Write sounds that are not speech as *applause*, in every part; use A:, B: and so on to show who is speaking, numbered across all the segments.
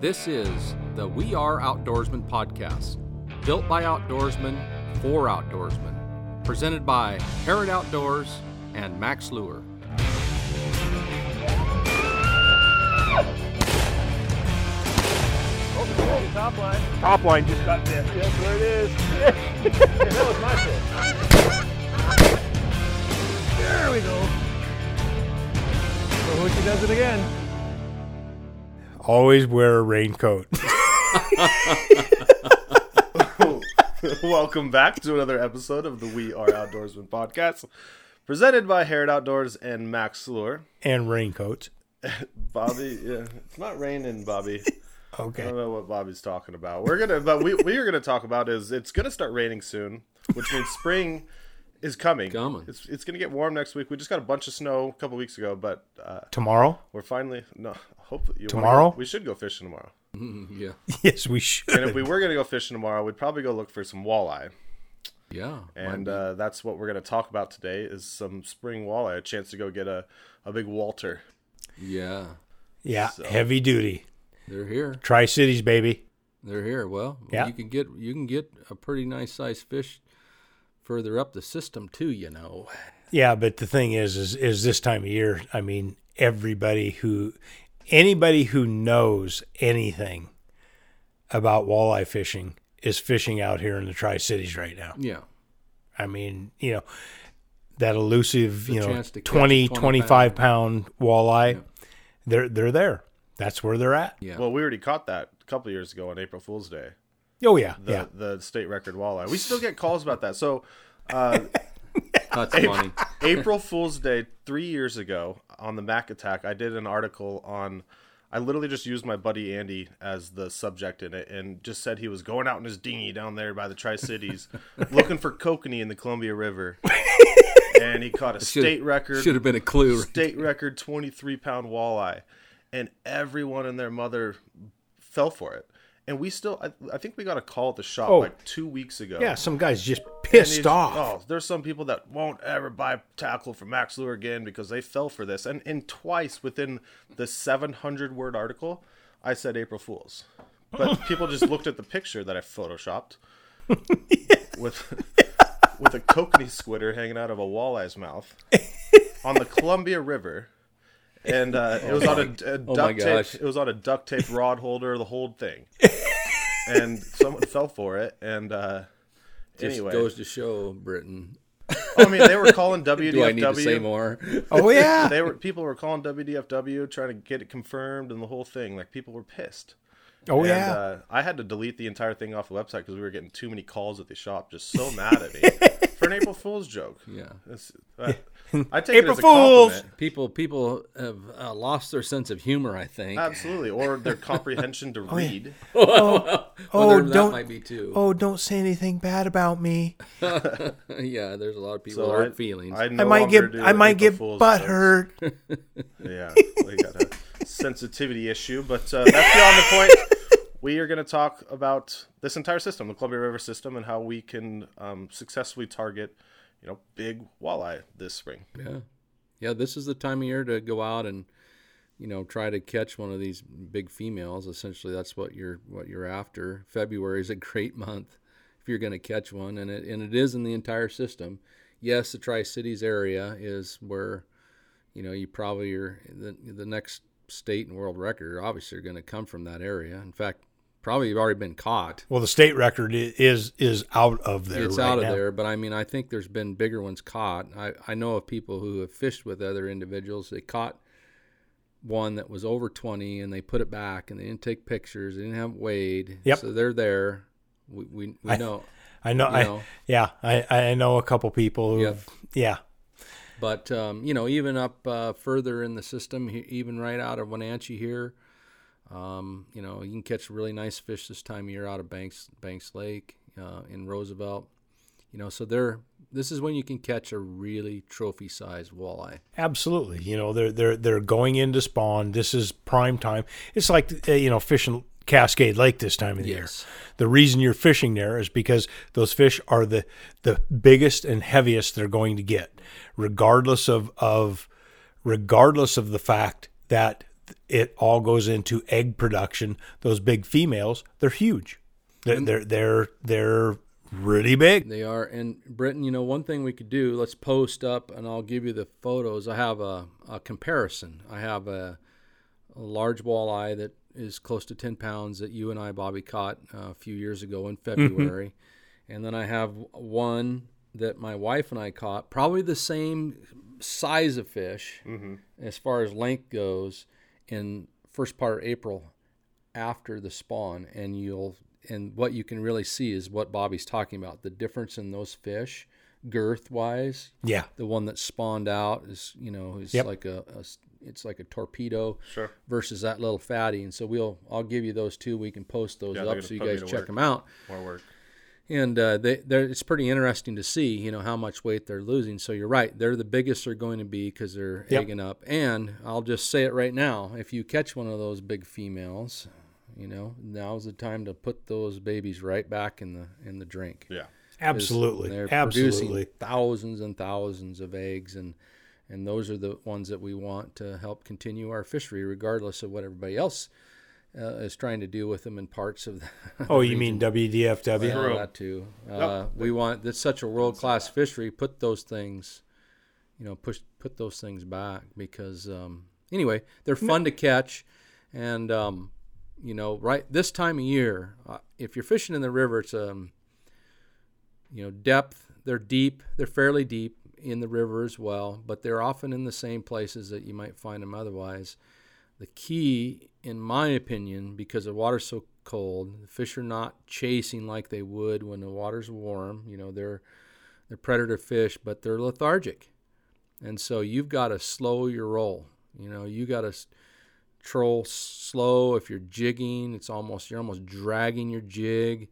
A: This is the We Are Outdoorsmen podcast, built by outdoorsmen for outdoorsmen, presented by Herod Outdoors and Max Lure.
B: Oh, top line.
C: Top line just got this.
B: Yes, there it is. Yeah, that was my fish. There we go. So Hoochie does it again.
C: Always wear a raincoat. *laughs*
D: *laughs* Welcome back to another episode of the We Are Outdoorsmen podcast, presented by Herod Outdoors and Max Lure.
C: and raincoats.
D: Bobby, yeah, it's not raining, Bobby. I
C: Okay.
D: don't know what Bobby's talking about. We're gonna, but we we are gonna talk about is it's gonna start raining soon, which means spring is coming.
A: Coming.
D: It's it's gonna get warm next week. We just got a bunch of snow a couple weeks ago, but uh,
C: Tomorrow?
D: we're finally no. Hopefully, you wanna-
C: Tomorrow?
D: we should go fishing tomorrow.
A: Yeah.
C: Yes, we
D: And
C: should.
D: if we were gonna go fishing tomorrow, we'd probably go look for some walleye.
A: Yeah.
D: and uh, that's what we're going to talk about today is some spring walleye a chance to go get a, a big walter
A: yeah.
C: yeah, heavy duty.
A: They're here.
C: Tri Cities, baby.
A: They're here. Well,
C: Yeah.
A: you can get you can get a pretty nice sized fish further up the system too, you know.
C: Yeah, but the thing is, is, is this time of year. I mean, everybody who, anybody who knows anything about walleye fishing is fishing out here in the Tri Cities right now.
A: Yeah.
C: I mean, you know, that elusive, you know,
A: chance to catch
C: 20,
A: a 20
C: 25 pound walleye. They're they're there. That's where they're at.
A: Yeah.
D: well we already caught that a couple years ago on april fool's day
C: Oh yeah,
D: the,
C: yeah.
D: the state record walleye we still get calls about that so uh,
A: That's
D: *laughs*
A: funny.
D: april fool's day three years ago on the mac attack i did an article on i literally just used my buddy andy as the subject in it and just said he was going out in his dinghy down there by the tri-cities looking for kokanee in the columbia river and he caught a state record
A: Should have been a clue.
D: state record 23 pound walleye and everyone and their mother fell for it and we still i, I think we got a call at the shop
C: Oh.
D: like two weeks ago
C: Yeah, some guys just
D: And
C: pissed
D: these-
C: off.
D: oh there's some people that won't ever buy tackle from max lure again because they fell for this and and twice within the 700 word article i said april fools
A: *laughs*
D: but people just looked at the picture that i photoshopped with with a kokanee squidder hanging out of a walleye's mouth on the Columbia River, and uh, it was on a, a
A: oh my
D: duct tape.
A: gosh.
D: It was on a duct tape rod holder, the whole
A: *laughs*
D: thing, and someone fell for it. And uh,
A: Just
D: anyway,
A: goes to show Britain.
D: I mean, they were calling
A: *laughs*
D: WDFW.
A: Do I need to say more?
C: Oh, yeah.
D: *laughs* They were people were calling WDFW trying to get it confirmed and the whole thing. Like people were pissed.
C: oh
D: And,
C: yeah.
D: uh, I had to delete the entire thing off the website because we were getting too many calls at the shop, just so mad at me for an April Fool's joke.
A: Yeah.
D: It's- uh, I take
C: April
D: it as a
C: Fools!
D: compliment.
A: People people have uh, lost their sense of humor, I think.
C: Uh,
D: Absolutely, or their
C: *laughs*
D: comprehension to read.
A: Well,
C: oh,
A: there-
C: don't-
A: that might be too.
C: oh, don't say anything bad about me.
A: *laughs* yeah, there's a lot of people
D: So
A: hurt feelings.
D: no
C: I might
D: longer
C: get
D: do
C: I might
D: April
C: get
D: Fool's
C: butt
D: jokes.
C: hurt.
D: Yeah, we got a sensitivity issue, but uh, that's beyond the point. We are going to talk about this entire system, the Columbia River system, and how we can um, successfully target, you know, big walleye this spring.
A: yeah. Yeah, this is the time of year to go out and you know try to catch one of these big females. Essentially, that's what you're what you're after. February is a great month if you're going to catch one, and it and it is in the entire system. Yes, the Tri Cities area is where you know you probably are the the next state and world record. Obviously, are going to come from that area. In fact, probably you've already been caught.
C: *laughs* Well, the state record i- is is out of there.
A: it's
C: right
A: out of
C: now.
A: there but i mean i think there's been bigger ones caught I, I know of people who have fished with other individuals they caught one that was over 20 and they put it back and they didn't take pictures they didn't have it weighed
C: Yep.
A: so they're there we, we, we know
C: I know. I
A: know.
C: yeah. I I know a couple people who.
A: Yep.
C: Yeah.
A: but um, you know even up uh, further in the system he- even right out of wenatchee here um, you know you can catch really nice fish this time of year out of banks banks lake uh, in roosevelt you know so they're this is when you can catch a really trophy sized walleye
C: Absolutely. You know, they're they're they're going into spawn. This is prime time. It's like uh, you know fishing Cascade Lake this time of the
A: Yes.
C: year. The reason you're fishing there is because those fish are the the biggest and heaviest they're going to get, regardless of of regardless of the fact that it all goes into egg production. Those big females, they're huge. They're they're they're, they're really big.
A: They are. And Britton, you know, one thing we could do, let's post up and I'll give you the photos. I have a, a comparison. I have a, a large walleye that is close to 10 pounds that you and I, Bobby, caught uh, a few years ago in February. And then I have one that my wife and I caught, probably the same size of fish as far as length goes in first part of April after the spawn and you'll and what you can really see is what Bobby's talking about the difference in those fish girth wise
C: Yeah.
A: the one that spawned out is you know is
C: Yep.
A: like a, a s- it's like a torpedo
D: Sure.
A: versus that little fatty and so we'll I'll give you those two we can post those
D: Yeah, they're
A: up
D: gonna
A: so you
D: put me
A: guys
D: to
A: check
D: work.
A: them out
D: More work.
A: and uh, they they're, it's pretty interesting to see you know how much weight they're losing so you're right they're the biggest they're going to be because they're
C: Yep.
A: egging up and i'll just say it right now if you catch one of those big females you know now's the time to put those babies right back in the in the drink 'Cause
D: Yeah.
C: Absolutely.
A: they're
C: Absolutely.
A: producing thousands and thousands of eggs and and those are the ones that we want to help continue our fishery regardless of what everybody else uh, is trying to do with them in parts of the
C: Oh, you mean WDFW?
A: yeah, that too. Uh, We want that's such a world class fishery. Put those things, you know, push put those things back because um, anyway, they're fun to catch, and um, you know, right this time of year, uh, if you're fishing in the river, it's um, you know, depth. They're deep. They're fairly deep in the river as well, but they're often in the same places that you might find them otherwise the key, in my opinion, because the water's so cold, the fish are not chasing like they would when the water's warm. You know, they're they're predator fish, but they're lethargic, and so you've got to slow your roll. You know, you got to troll slow. If you're jigging, it's almost you're almost dragging your jig.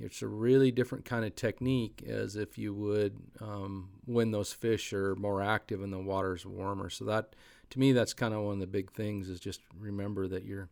A: It's a really different kind of technique as if you would um, when those fish are more active and the water's warmer. So that to me, that's kind of one of the big things is just remember that you're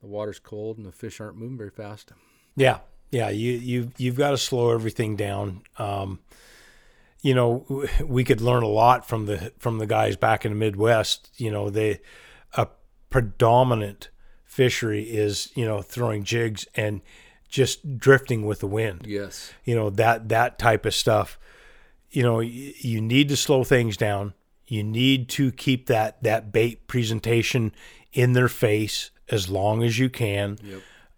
A: the water's cold and the fish aren't moving very fast.
C: Yeah, yeah. You you you've got to slow everything down. Um, you know, w- we could learn a lot from the from the guys back in the Midwest. You know, they a predominant fishery is you know throwing jigs and just drifting with the wind
A: Yes.
C: you know that that type of stuff you know y- you need to slow things down you need to keep that that bait presentation in their face as long as you can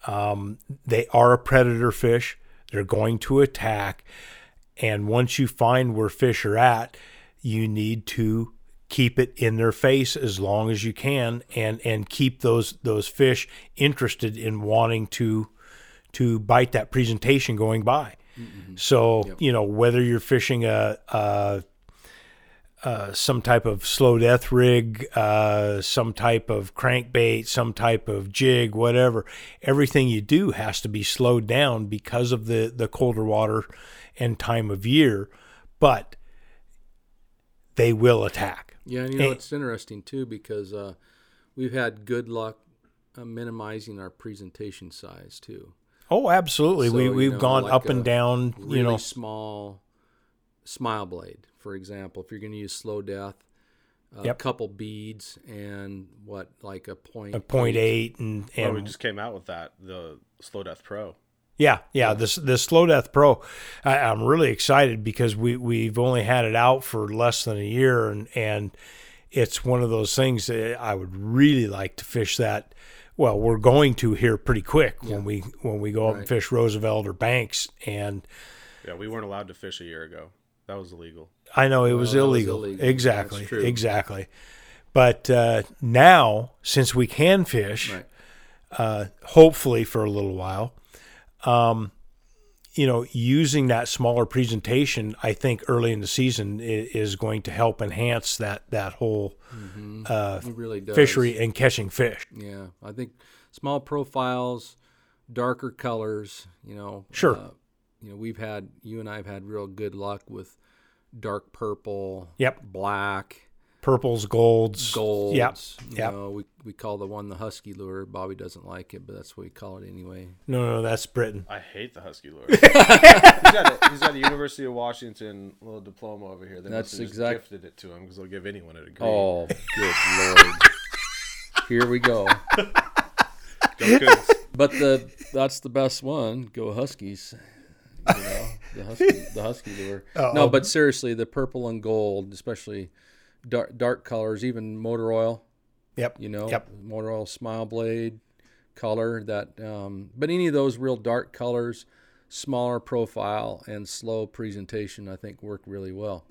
C: um, they are a predator fish they're going to attack and once you find where fish are at you need to keep it in their face as long as you can and and keep those those fish interested in wanting to to bite that presentation going by. So you know whether you're fishing a, a, a some type of slow death rig, uh, some type of crankbait, some type of jig, whatever. Everything you do has to be slowed down because of the the colder water and time of year, but they will attack.
A: Yeah, and you know it's interesting too because uh, we've had good luck uh, minimizing our presentation size too.
C: Oh, absolutely.
A: So,
C: we
A: you
C: we've
A: know,
C: gone
A: like
C: up and
A: a
C: down.
A: really
C: you know,
A: small smile blade, for example. If you're going to use slow death, a
C: Yep.
A: couple beads and what like a point.
C: a point eight and
D: Well,
C: and
D: we just came out with that the Slow Death Pro.
C: Yeah, yeah. This this slow death pro, I, I'm really excited because we we've only had it out for less than a year, and and it's one of those things that I would really like to fish that. Well, we're going to here pretty quick when we when we go up and fish Roosevelt or Banks, and
D: Yeah, we weren't allowed to fish a year ago. That was illegal.
C: I know it was,
A: Oh, that was
C: illegal.
A: illegal.
C: Exactly,
A: That's true.
C: exactly. But uh, now, since we can fish, uh,
A: Right.
C: hopefully for a little while. Um, you know, using that smaller presentation, I think early in the season i- is going to help enhance that that whole
A: Mm-hmm.
C: uh,
A: It really does.
C: fishery and catching fish.
A: Yeah, I think small profiles, darker colors. You know,
C: Sure.
A: uh, you know, we've had you and I have had real good luck with dark purple.
C: Yep.
A: Black.
C: Purples, golds,
A: Golds.
C: Yep,
A: You
C: yep.
A: know, we we call the one the husky lure. Bobby doesn't like it, but that's what we call it anyway.
C: No, no, that's Britain.
D: I hate the Husky
A: *laughs*
D: lure. he's, got a, he's got a University of Washington little diploma over here. They
A: That's
D: must have just
A: exact-
D: gifted it to him because they'll give anyone a degree.
A: Oh, good lord. Here we go. But the that's the best one. Go Huskies. You know, the husky, the Huskies were no, but seriously, the purple and gold, especially dark dark colors, even motor oil.
C: Yep.
A: You know,
C: Yep.
A: motor oil smile blade color that, um, but any of those real dark colors, smaller profile and slow presentation, I think work really well.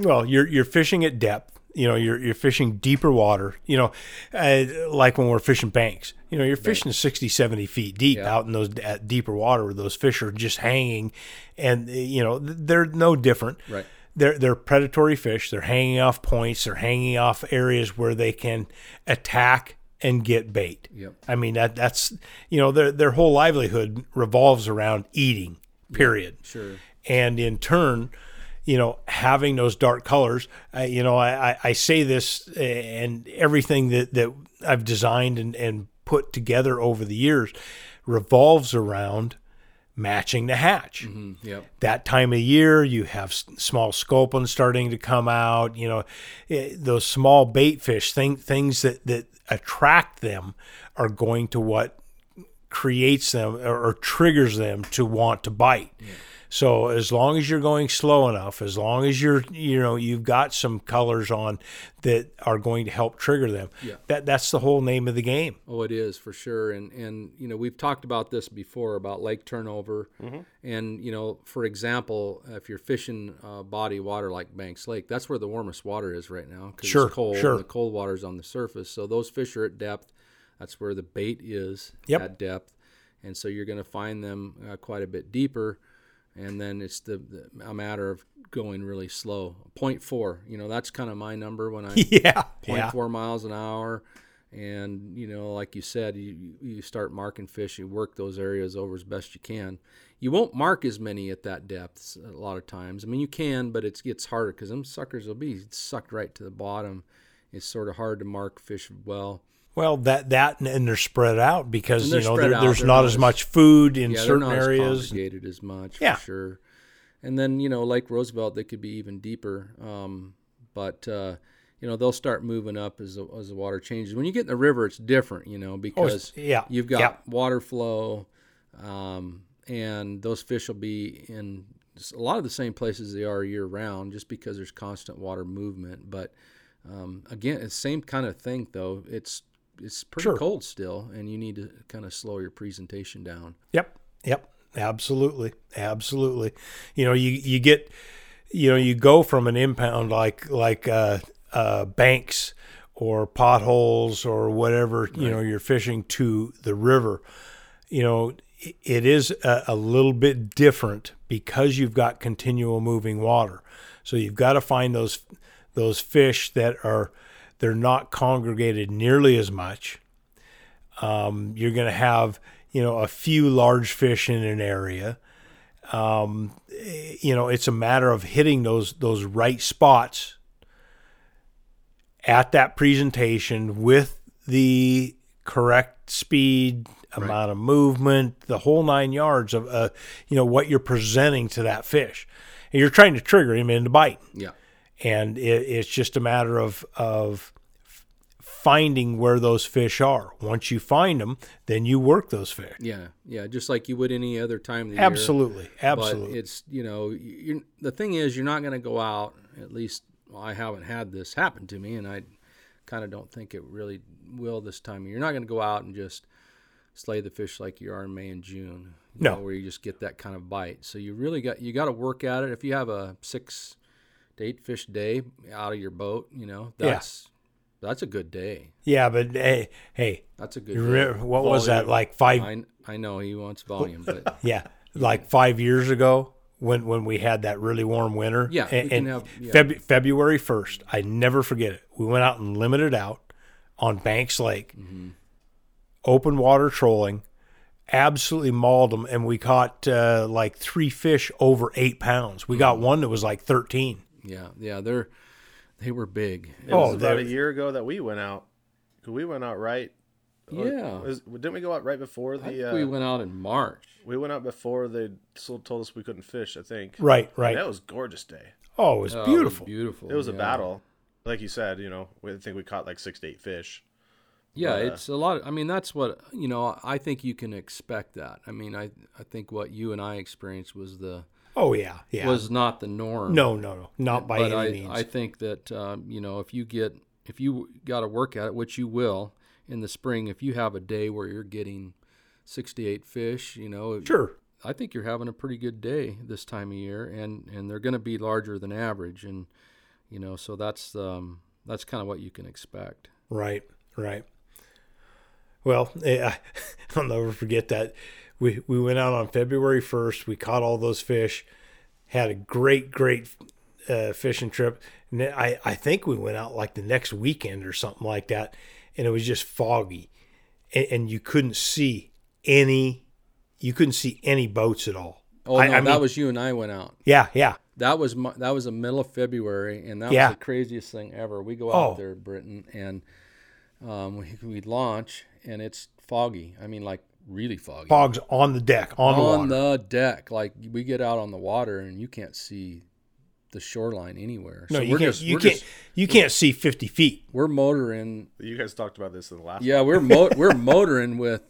C: Well, you're you're fishing at depth. You know, you're you're fishing deeper water. You know, uh, like when we're fishing banks. You know, you're fishing 60, 70 feet deep
A: Yeah.
C: out in those at deeper water where those fish are just hanging, and uh, you know th- they're no different.
A: Right.
C: They're they're predatory fish. They're hanging off points. They're hanging off areas where they can attack and get bait.
A: Yep.
C: I mean that that's you know their their whole livelihood revolves around eating. Period
A: Sure.
C: and in turn you know having those dark colors uh, you know I, I i say this uh, and everything that that i've designed and and put together over the years revolves around matching the hatch
A: Mm, Yep.
C: that time of year you have s- small sculpin starting to come out you know eh, those small bait fish thing, things that that attract them are going to what creates them or, or triggers them to want to bite so as long as you're going slow enough as long as you're you know you've got some colors on that are going to help trigger them that that's the whole name of
A: *laughs*
C: the game
A: Oh, it is for sure. And and you know we've talked about this before about lake turnover,
C: Mm-hmm.
A: and you know for example, if you're fishing uh, body water like Banks Lake, that's where the warmest water is right now because
C: Sure,
A: it's cold.
C: sure.
A: And the cold water's on the surface, so those fish are at depth. That's where the bait is
C: Yep.
A: at depth, and so you're going to find them uh, quite a bit deeper. And then it's the, the a matter of going really slow. 0.4, you know, that's kind of my number when I
C: *laughs* yeah
A: Point
C: yeah
A: four miles an hour. And, you know, like you said, you, you start marking fish, you work those areas over as best you can. You won't mark as many at that depth a lot of times. I mean, you can, but it gets harder because them suckers will be sucked right to the bottom. It's sort of hard to mark fish well.
C: Well, that that and- and they're spread out because
A: And they're
C: you know
A: spread
C: there,
A: out.
C: there's
A: They're
C: not
A: not
C: as
A: as-
C: much food in
A: yeah,
C: certain
A: they're not as
C: areas.
A: congregated as much
C: Yeah.
A: for sure. And then you know, like Roosevelt, they could be even deeper. Um, but uh, you know, they'll start moving up as the, as the water changes. When you get in the river, it's different, you know, because
C: Oh, yeah,
A: you've got
C: yeah.
A: water flow, um, and those fish will be in s- a lot of the same places they are year round, just because there's constant water movement. But um, again, it's same kind of thing though. It's it's pretty
C: Sure.
A: cold still, and you need to kind of slow your presentation down.
C: Yep, yep, absolutely, absolutely. You know, you you get, you know, you go from an impound like like uh, uh, banks or potholes or whatever you know you're fishing to the river. You know, i- it is a, a little bit different because you've got continual moving water. So you've got to find those those fish that are they're not congregated nearly as much you're going to have you know a few large fish in an area um, you know it's a matter of hitting those those right spots at that presentation with the correct speed amount of movement the whole nine yards of uh, you know what you're presenting to that fish and you're trying to trigger him into bite
A: Yeah.
C: and it, it's just a matter of of finding where those fish are. Once you find them, then you work those fish.
A: Yeah, yeah, just like you would any other time of the year.
C: Absolutely, absolutely.
A: But it's you know, you're, the thing is, you're not going to go out. At least well, I haven't had this happen to me, and I kind of don't think it really will this time. You're not going to go out and just slay the fish like you are in May and June. you
C: No.
A: know, where you just get that kind of bite. So you really got you got to work at it. If you have a six to eight fish day out of your boat, you know that's that's a good day.
C: yeah, but hey, hey,
A: That's a good.
C: you
A: day.
C: remember, what was that
A: Volume.
C: like five?
A: I, I know he wants
C: *laughs*
A: volume, but
C: Yeah, like five years ago when when we had that really warm winter.
A: Yeah, we
C: and,
A: can
C: and
A: have- yeah.
C: Feb- February first, I never forget it. We went out and limited out on Banks Lake,
A: Mm-hmm.
C: open water trolling, absolutely mauled them, and we caught uh, like three fish over eight pounds. We
A: Mm-hmm.
C: got one that was like thirteen.
A: Yeah, yeah, they're they were big.
D: It was
C: Oh,
D: about a
C: there-
D: year ago that we went out. We went out right. uh,
A: Yeah,
D: was- didn't we go out right before
A: I
D: the?
A: think
D: Uh,
A: we went out in March.
D: we went out before they sold- told us we couldn't fish. I think.
C: Right, right.
D: That was a gorgeous day.
C: Oh, it was
A: Oh, it was
C: beautiful.
A: beautiful.
D: It was a
A: yeah.
D: battle, like you said. You know, we I think we caught like six to eight fish.
A: Yeah,
D: But, uh,
A: it's a lot. I mean, that's what you know. I think you can expect that. I mean, I I think what you and I experienced was the
C: Oh yeah, yeah.
A: was not the norm.
C: no, no, no, not by
A: but
C: any
A: I
C: means.
A: I think that um, you know if you get if you got to work at it, which you will in the spring, if you have a day where you're getting sixty eight fish, you know,
C: sure.
A: I think you're having a pretty good day this time of year, and and they're going to be larger than average, and you know, so that's um that's kind of what you can expect.
C: Right, right. Well, *laughs* eh, I, I'll never forget that. We we went out on February first. We caught all those fish. Had a great, great uh, fishing trip. And then I I think we went out like the next weekend or something like that, and it was just foggy, and, and you couldn't see any. You couldn't see any boats at all.
A: Oh no,
C: I- I
A: that
C: mean-
A: was you and I went out.
C: Yeah, yeah.
A: That was my, that was the middle of February, and that
C: Yeah.
A: was the craziest thing ever. We go
C: Oh.
A: out there, Britain, and um, we, we launch, and it's foggy. I mean, like really foggy
C: Fogs on the deck, on, the water.
A: on the deck. Like we get out on the water, and you can't see the shoreline anywhere.
C: no,
A: so
C: you
A: we're
C: can't.
A: Just,
C: you
A: we're
C: can't.
A: Just,
C: you can't see fifty feet. *laughs*
A: we're motoring.
D: You guys talked about this in the last.
A: Yeah, we're mo- we're motoring with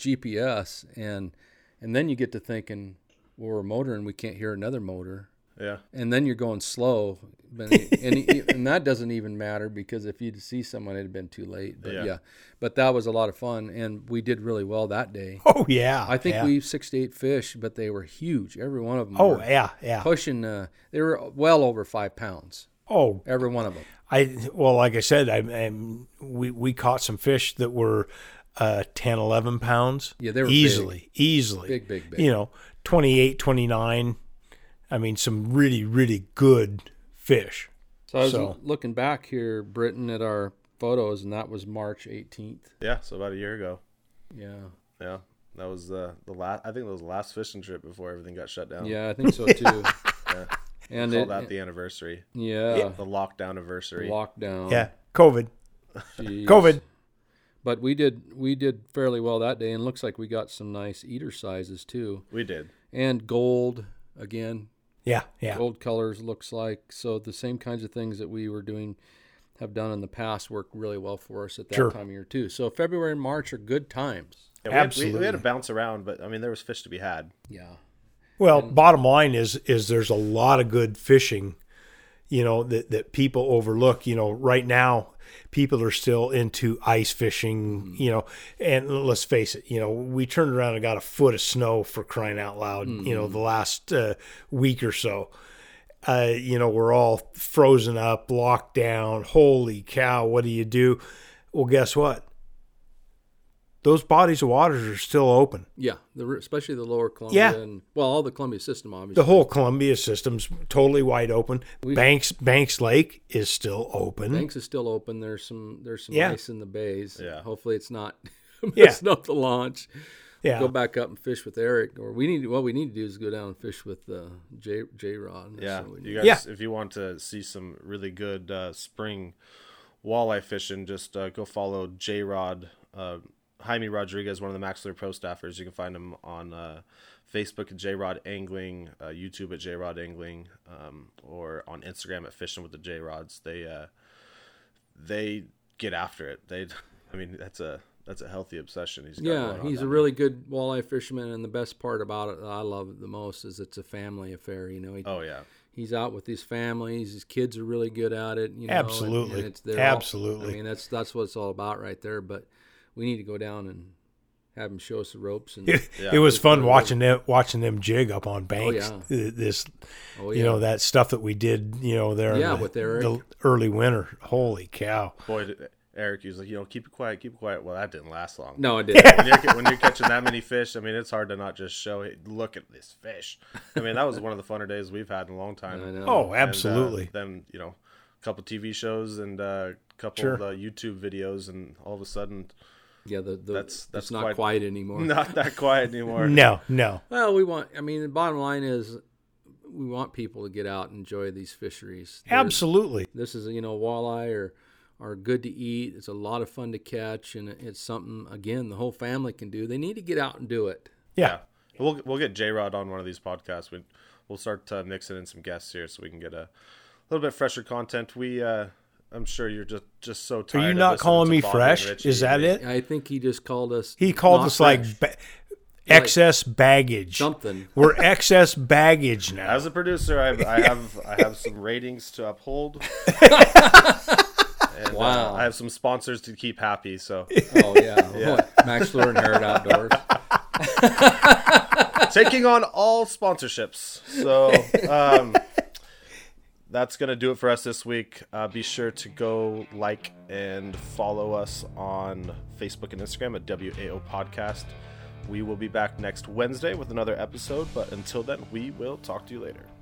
A: GPS, and and then you get to thinking, well, we're motoring, we can't hear another motor.
D: Yeah.
A: and then you're going slow but, and,
C: *laughs*
A: and that doesn't even matter because if you'd see someone it'd have been too late but yeah.
D: Yeah.
A: but that was a lot of fun and we did really well that day
C: Oh yeah.
A: i think
C: yeah.
A: we 68 fish but they were huge every one of them
C: Oh yeah, yeah.
A: pushing uh, they were well over five pounds
C: Oh
A: every one of them
C: I well, like I said, I, I we we caught some fish that were uh, 10, 11 pounds.
A: Yeah, they were
C: easily, easily
A: Big, big, big.
C: You know, 28, 29. I mean, some really, really good fish.
A: so i was
C: So-
A: looking back here britain at our photos and that was march 18th
D: Yeah. So about a year ago.
A: yeah
D: Yeah. That was the the last. I think that was the last fishing trip before everything got shut down.
A: yeah i think so too and
D: Call
A: it,
D: that the anniversary,
A: yeah
D: the lockdown anniversary.
A: lockdown
C: Yeah, COVID,
A: Jeez.
C: COVID.
A: But we did we did fairly well that day, and looks like we got some nice eater sizes too,
D: we did.
A: and gold again,
C: Yeah, yeah,
A: gold colors looks like so the same kinds of things that we were doing have done in the past work really well for us at that
C: Sure.
A: time of year too. So February and March are good times.
D: Yeah, we had- we- we
C: Absolutely.
D: had to bounce around, but I mean, there was fish to be had.
A: Yeah,
C: Well, bottom line is is there's a lot of good fishing, you know, that that people overlook. You know, right now people are still into ice fishing, you know, and let's face it, you know, we turned around and got a foot of snow for crying out loud, you know, the last uh, week or so. Uh, you know, we're all frozen up, locked down. Holy cow, what do you do? Well, guess what? Those bodies of waters are still open.
A: yeah, the, especially the lower Columbia
C: Yeah.
A: and well, all the Columbia system obviously.
C: the whole Columbia system's totally wide open. Banks Banks Lake is still open.
A: Banks is still open. There's some there's some
C: Hmm? Yeah.
A: ice in the bays.
D: Yeah.
A: Hopefully it's not *laughs*
C: Yeah.
A: messing up the launch.
C: yeah.
A: go back up and fish with Eric, or we need what we need to do is go down and fish with uh, J J Rod.
D: Yeah, you guys,
C: Yeah.
D: if you want to see some really good uh, spring walleye fishing, just uh, go follow J Rod uh, Jaime Rodriguez, one of the Maxler Pro staffers. You can find him on uh, Facebook at J Rod Angling, uh, YouTube at J Rod Angling, um, or on Instagram at Fishing with the J Rods. They uh, they get after it. They, *laughs* I mean, that's a that's a healthy obsession. He's got
A: yeah,
D: going on
A: he's a
D: down
A: really good walleye fisherman, and the best part about it that I love the most is it's a family affair. You know, he,
D: there. Oh yeah,
A: he's out with his families. His kids are really good at it. You know, and- and
C: Absolutely.
A: it's- they're all-
C: Absolutely.
A: I mean, that's that's what it's all about right there. But we need to go down and have him show us the ropes.
C: *laughs*
A: And
C: *laughs* it was fun watching them watching them jig up on Banks.
A: yeah.
C: th- This
A: oh
C: you know that stuff that we did you know there in
A: Yeah,
C: the,
A: with Eric.
C: the early winter. Holy cow!
D: boy. did- Eric, he was like, you know, keep it quiet, keep it quiet. Well, that didn't last long.
C: *laughs*
A: no, I didn't.
D: when, you're, when you're catching that many fish, I mean, it's hard to not just show it. Look at this fish. I mean, that was one of the funner days we've had in a long time.
A: I know.
C: Oh,
D: And, uh,
C: absolutely.
D: then you know, a couple TV shows and uh, a couple
C: Sure.
D: of, uh, YouTube videos, and all of a sudden, *laughs*
A: yeah, the, the,
D: That's-
A: it's
D: that's
A: not
D: quite-
A: quiet anymore.
D: *laughs* not that quiet anymore.
C: no, no.
A: Well, we want. I mean, the bottom line is, we want people to get out and enjoy these fisheries. They're-
C: Absolutely.
A: This is you know walleye or are good to eat. It's a lot of fun to catch, and it's something again the whole family can do. They need to get out and do it.
C: Yeah.
D: We'll we'll get J Rod on one of these podcasts. We we'll start uh, mixing in some guests here, so we can get a little bit fresher content. We uh, I'm sure you're just just so tired.
C: Are you
D: of
C: not
D: listening
C: calling
D: to
C: me
D: Bobby
C: fresh?
D: and Richie.
C: Is that it?
A: I think he just called us.
C: He called
A: not
C: us like
A: fresh.
C: ba- excess baggage.
D: *laughs*
A: something.
C: We're excess baggage now.
D: As a producer, I, I have I have some ratings to uphold. And, uh,
A: Wow.
D: I have some sponsors to keep happy. So
A: Oh yeah,
D: *laughs*
A: Max Lure and Herod Outdoors.
D: taking on all sponsorships. So um, that's gonna do it for us this week. Uh, be sure to go like and follow us on Facebook and Instagram at WAO Podcast. We will be back next Wednesday with another episode. But until then, we will talk to you later.